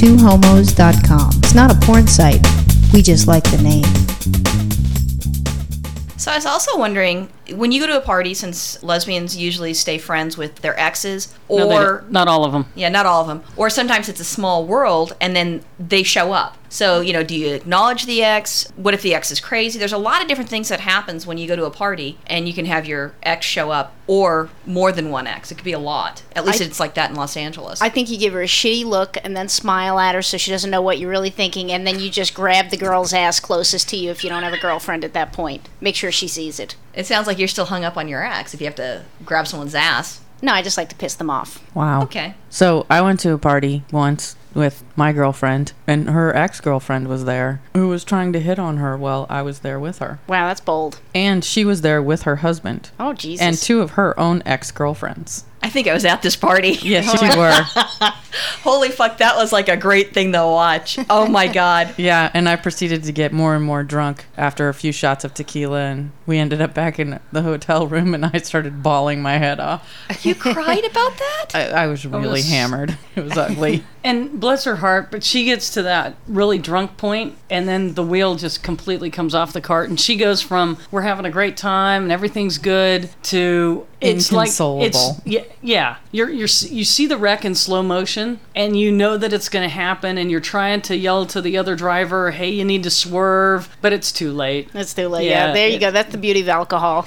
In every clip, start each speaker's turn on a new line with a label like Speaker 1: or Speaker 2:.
Speaker 1: twohomos.com. It's not a porn site. We just like the name.
Speaker 2: So I was also wondering when you go to a party, since lesbians usually stay friends with their exes,
Speaker 3: No, they
Speaker 2: or
Speaker 3: don't. not all of them.
Speaker 2: yeah, not all of them, or sometimes it's a small world and then they show up. So you know, do you acknowledge the ex? What if the ex is crazy? There's a lot of different things that happens when you go to a party and you can have your ex show up, or more than one ex. It could be a lot. At least
Speaker 4: I-
Speaker 2: it's like that in Los Angeles.
Speaker 4: I think you give her a shitty look and then smile at her so she doesn't know what you're really thinking, and then you just grab the girl's ass closest to you if you don't have a girlfriend at that point. Make sure she sees it.
Speaker 2: it sounds like you're still hung up on your ex if you have to grab someone's ass.
Speaker 4: No, I just like to piss them off.
Speaker 5: Wow.
Speaker 2: Okay.
Speaker 5: So I went to a party once with my girlfriend, and her ex girlfriend was there who was trying to hit on her while I was there with her.
Speaker 4: Wow, that's bold.
Speaker 5: And she was there with her husband.
Speaker 4: Oh, Jesus.
Speaker 5: And two of her own ex girlfriends.
Speaker 2: I think I was at this party.
Speaker 4: Oh,
Speaker 5: Yes, you were.
Speaker 2: Holy fuck, that was like a great thing to watch. Oh my god.
Speaker 5: Yeah, and I proceeded to get more and more drunk after a few shots of tequila, and we ended up back in the hotel room, and I started bawling my head off.
Speaker 2: You cried about that?
Speaker 5: I, I
Speaker 4: Oh,
Speaker 5: was really
Speaker 3: was-
Speaker 5: hammered. It was ugly.
Speaker 3: And bless her heart, but she gets to that really drunk point, and then the wheel just completely comes off the cart, and she goes from we're having a great time and everything's good to it's like it's
Speaker 5: Inconsolable.
Speaker 3: yeah, yeah. You're you're s- you see the wreck in slow motion, and you know that it's going to happen, and you're trying to yell to the other driver, "Hey, you need to swerve," but it's too late,
Speaker 4: It's too late. Yeah,
Speaker 3: Yeah,
Speaker 4: there you
Speaker 3: it-
Speaker 4: go. That's the beauty of alcohol.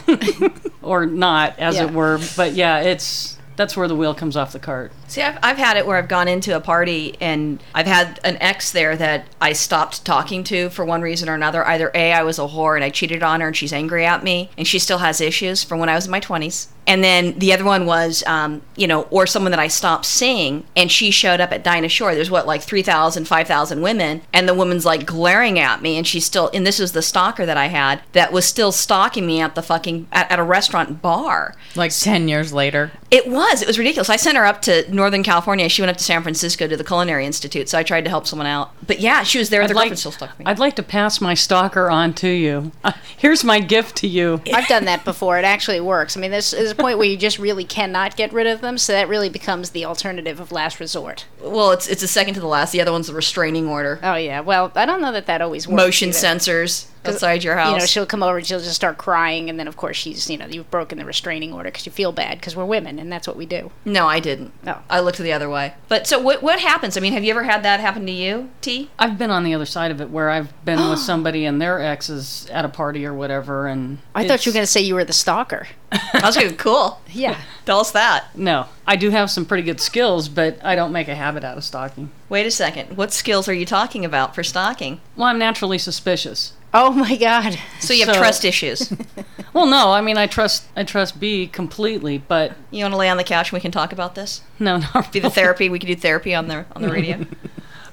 Speaker 3: or not, as
Speaker 4: Yeah.
Speaker 3: it were. But yeah, it's that's where the wheel comes off the cart.
Speaker 2: See, I've, I've had it where I've gone into a party and I've had an ex there that I stopped talking to for one reason or another. Either A, I was a whore and I cheated on her and she's angry at me and she still has issues from when I was in my 20s. And then the other one was, um, you know, or someone that I stopped seeing and she showed up at Dinah Shore. There's what, like 3,000, 5,000 women. And the woman's like glaring at me and she's still, and this was the stalker that I had that was still stalking me at the fucking, at, at a restaurant bar.
Speaker 5: like 10 years later.
Speaker 2: It was. It was ridiculous. I sent her up to Northern California. She went up to San Francisco to the Culinary Institute. So I tried to help someone out. But yeah, she was there. with her girlfriend still stuck me.
Speaker 3: I'd like to pass my stalker on to you. Uh, here's my gift to you.
Speaker 4: I've done that before. It actually works. I mean, this is a point where you just really cannot get rid of them, so that really becomes the alternative of last resort.
Speaker 2: well, it's it's a second to the last. The other one's the restraining order.
Speaker 4: Oh, yeah. Well, I don't know that that always works.
Speaker 2: Motion
Speaker 4: either.
Speaker 2: sensors outside your
Speaker 4: You know,
Speaker 2: house.
Speaker 4: she'll come over and she'll just start crying, and then of course she's, you know, you've broken the restraining order because you feel bad because we're women and that's what we do.
Speaker 2: no, I didn't.
Speaker 3: Oh.
Speaker 4: No.
Speaker 2: I looked the other way. But so what what happens? I mean, have you ever had that happen to you, T?
Speaker 3: I've been on the other side of it where I've been with somebody and their ex is at a party or whatever, and
Speaker 4: I thought you
Speaker 3: it's-
Speaker 4: were going to say you were the stalker.
Speaker 2: I was going, cool.
Speaker 4: Yeah.
Speaker 2: Tell us that.
Speaker 3: No, I do have some pretty good skills, but I don't make a habit out of stalking.
Speaker 2: Wait a second. What skills are you talking about for stalking?
Speaker 3: Well, I'm naturally suspicious.
Speaker 4: Oh my God.
Speaker 2: So you have
Speaker 3: So-
Speaker 2: trust issues.
Speaker 3: Well, no, I mean I trust I trust B completely, but
Speaker 2: you want to lay on the couch and we can talk about this?
Speaker 3: no, not
Speaker 2: Be the therapy. We could do therapy on the on the radio.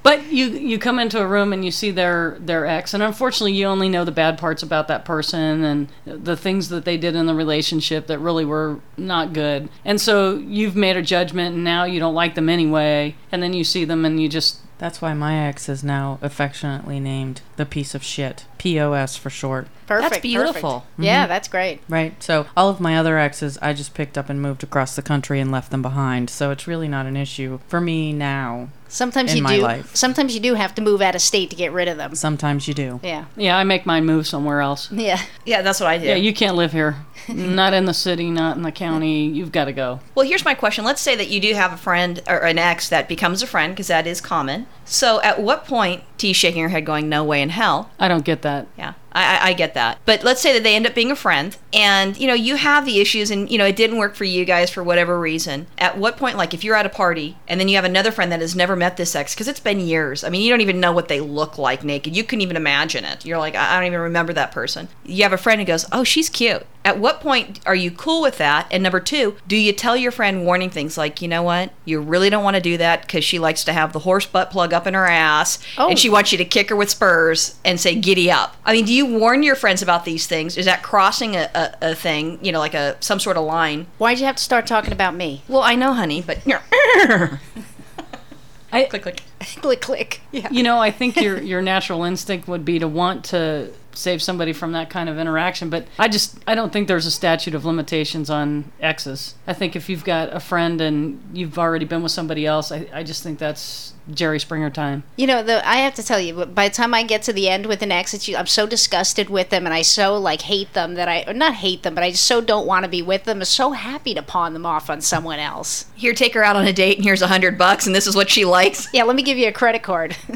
Speaker 3: But you you come into a room and you see their their ex, and unfortunately, you only know the bad parts about that person and the things that they did in the relationship that really were not good. And so you've made a judgment, and now you don't like them anyway. And then you see them, and you just
Speaker 5: That's why my ex is now affectionately named the piece of shit. POS for short.
Speaker 4: Perfect.
Speaker 2: That's beautiful.
Speaker 4: perfect. Yeah, that's great.
Speaker 5: Right? So all of my other exes, I just picked up and moved across the country and left them behind. So it's really not an issue for me now.
Speaker 4: Sometimes
Speaker 5: In
Speaker 4: you
Speaker 5: my
Speaker 4: do.
Speaker 5: life.
Speaker 4: Sometimes you do have to move out of state to get rid of them.
Speaker 5: Sometimes you do.
Speaker 4: Yeah.
Speaker 3: yeah, I make mine move somewhere else.
Speaker 4: Yeah.
Speaker 2: Yeah, that's what I do.
Speaker 3: Yeah, you can't live here. not in the city, not in the county. You've got to go.
Speaker 2: well, here's my question. Let's say that you do have a friend or an ex that becomes a friend, because that is common. So at what point, T shaking her head, going, no way in hell.
Speaker 3: I don't get that.
Speaker 2: Yeah, I, I, I get that. But let's say that they end up being a friend and, you know, you have the issues and, you know, it didn't work for you guys for whatever reason. At what point, like if you're at a party and then you have another friend that has never met this ex, because it's been years. I mean, you don't even know what they look like naked. You couldn't even imagine it. You're like, I I don't even remember that person. You have a friend who goes, oh, she's cute. At what point are you cool with that? And number two, do you tell your friend warning things like, you know what, you really don't want to do that because she likes to have the horse butt plug up in her ass
Speaker 4: Oh.
Speaker 2: and she wants you to kick her with spurs and say, giddy up? I mean, do you warn your friends about these things? Is that crossing a, a, a thing, you know, like a some sort of line?
Speaker 4: Why'd you have to start talking about me?
Speaker 2: Well, I know, honey, but
Speaker 3: I,
Speaker 2: click, click.
Speaker 4: click, click. Yeah.
Speaker 3: You know, I think your your natural instinct would be to want to save somebody from that kind of interaction. But I just I don't think there's a statute of limitations on exes. I think if you've got a friend and you've already been with somebody else, I, I just think that's Jerry Springer time.
Speaker 4: You know, though, I have to tell you, by the time I get to the end with an ex, it's, you- I'm so disgusted with them, and I so like hate them that I or not hate them, but I just so don't want to be with them. I'm so happy to pawn them off on someone else.
Speaker 2: Here, take her out on a date, and here's a hundred bucks, and this is what she likes.
Speaker 4: Yeah, let me give you a credit card.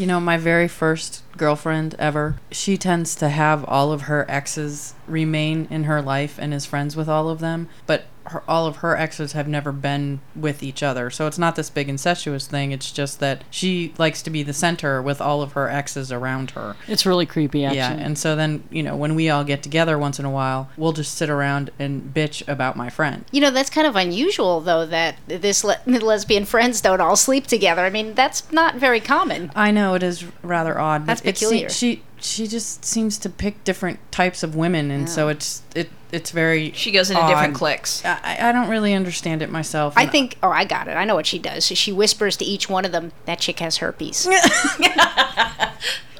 Speaker 5: You know, my very first girlfriend ever, she tends to have all of her exes remain in her life and is friends with all of them, but her, all of her exes have never been with each other. So it's not this big incestuous thing. It's just that she likes to be the center with all of her exes around her.
Speaker 3: It's really creepy, actually.
Speaker 5: Yeah, and so then, you know, when we all get together once in a while, we'll just sit around and bitch about my friend.
Speaker 4: you know, that's kind of unusual, though, that this le- lesbian friends don't all sleep together. I mean, that's not very common.
Speaker 5: I know it is rather odd.
Speaker 4: That's
Speaker 5: but it se-
Speaker 4: peculiar.
Speaker 5: she she just seems to pick different types of women, and so it's it it's very.
Speaker 2: She goes into different
Speaker 5: odd.
Speaker 2: cliques.
Speaker 5: I, I don't really understand it myself.
Speaker 4: I
Speaker 5: and
Speaker 4: think, oh, I got it. I know what she does. She whispers to each one of them, that chick has herpes.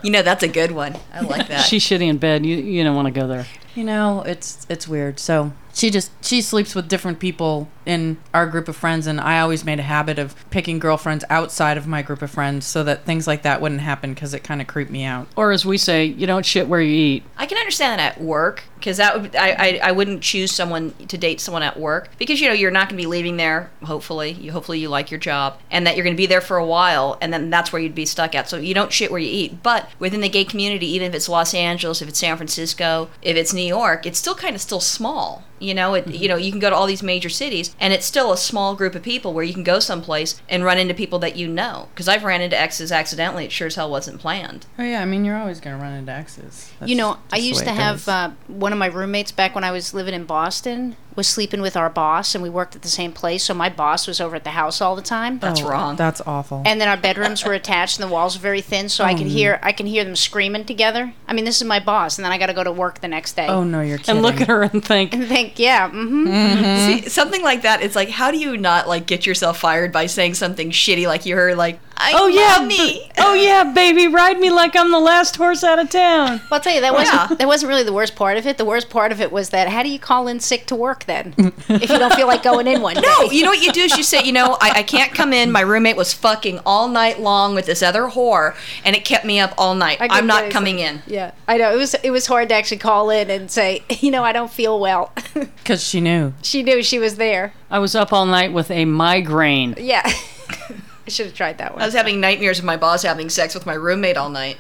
Speaker 2: You know, that's a good one. I like that.
Speaker 3: She's shitty in bed. You you don't want to go there.
Speaker 5: you know it's it's weird. So she just she sleeps with different people in our group of friends, and I always made a habit of picking girlfriends outside of my group of friends so that things like that wouldn't happen because it kind of creeped me out.
Speaker 3: Or as we say, you don't shit where you eat.
Speaker 2: I can understand that at work because that would I, I I wouldn't choose someone to date someone at work because you know you're not going to be leaving there. Hopefully, you hopefully you like your job and that you're going to be there for a while and then that's where you'd be stuck at. So you don't shit where you eat. But within the gay community, even if it's Los Angeles, if it's San Francisco, if it's New York, it's still kind of still small. You know, it you know you can go to all these major cities and it's still a small group of people where you can go someplace and run into people that you know. Because I've ran into exes accidentally. It sure as hell wasn't planned.
Speaker 5: Oh yeah, I mean you're always gonna run into exes. That's
Speaker 4: you know,
Speaker 5: just
Speaker 4: I
Speaker 5: the way
Speaker 4: used to
Speaker 5: it
Speaker 4: have
Speaker 5: goes.
Speaker 4: uh, one of my roommates back when I was living in Boston was sleeping with our boss, and we worked at the same place. So my boss was over at the house all the time.
Speaker 5: Oh.
Speaker 2: That's wrong.
Speaker 5: That's awful.
Speaker 4: and then our bedrooms were attached and the walls were very thin so i
Speaker 5: Oh.
Speaker 4: could hear i can hear them screaming together i mean this is my boss and then i got to go to work the next day
Speaker 5: oh no, you're kidding.
Speaker 3: And look at her and think,
Speaker 4: and think yeah mm-hmm
Speaker 2: See, something like that. It's like, how do you not like get yourself fired by saying something shitty like you heard, like, I
Speaker 3: "Oh yeah,
Speaker 2: me.
Speaker 3: b- oh yeah, baby, ride me like I'm the last horse out of town."
Speaker 4: well, i'll tell you that wasn't
Speaker 2: Yeah.
Speaker 4: that wasn't really the worst part of it the worst part of it was that how do you call in sick to work then if you don't feel like going in one day
Speaker 2: No, you know what you do is you say, you know, I, I can't come in. My roommate was fucking all night long with this other whore, and it kept me up all night.
Speaker 4: couldn't
Speaker 2: I'm
Speaker 4: do
Speaker 2: not
Speaker 4: it.
Speaker 2: coming in.
Speaker 4: yeah i know it was it was hard to actually call in and say you know i don't feel well
Speaker 5: because she knew.
Speaker 4: she knew she was there
Speaker 3: I was up all night with a migraine.
Speaker 4: yeah i should have tried that one
Speaker 2: I was having nightmares of my boss having sex with my roommate all night.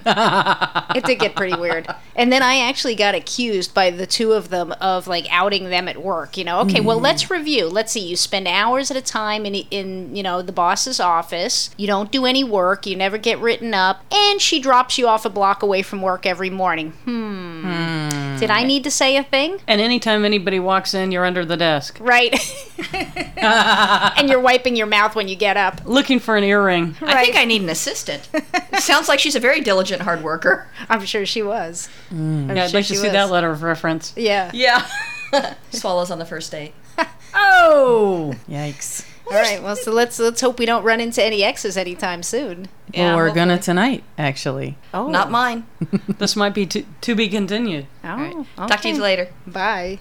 Speaker 4: it did get pretty weird. And then I actually got accused by the two of them of like outing them at work. You know, okay,
Speaker 3: Mm-hmm.
Speaker 4: well, let's review. Let's see. You spend hours at a time in in you know the boss's office. You don't do any work. You never get written up, and she drops you off a block away from work every morning. Hmm.
Speaker 3: Hmm.
Speaker 4: Did I need to say a thing?
Speaker 3: And anytime anybody walks in, you're under the desk
Speaker 4: Right. and you're wiping your mouth when you get up.
Speaker 3: looking for an earring.
Speaker 2: I think I need an assistant. Sounds like she's a very diligent hard worker.
Speaker 4: I'm sure she was. I'm
Speaker 3: Yeah, I'd
Speaker 4: sure
Speaker 3: like
Speaker 4: she
Speaker 3: to see
Speaker 4: was.
Speaker 3: that letter of reference.
Speaker 4: Yeah.
Speaker 2: Yeah. Swallows on the first date.
Speaker 4: Oh.
Speaker 5: Yikes.
Speaker 4: All right. Well, so let's let's hope we don't run into any exes anytime soon.
Speaker 5: well, we're
Speaker 2: hopefully.
Speaker 5: gonna tonight, actually.
Speaker 4: Oh.
Speaker 2: Not mine.
Speaker 3: This might be to, to be continued.
Speaker 4: Oh,
Speaker 2: Talk to you
Speaker 4: okay.
Speaker 2: later.
Speaker 4: Bye.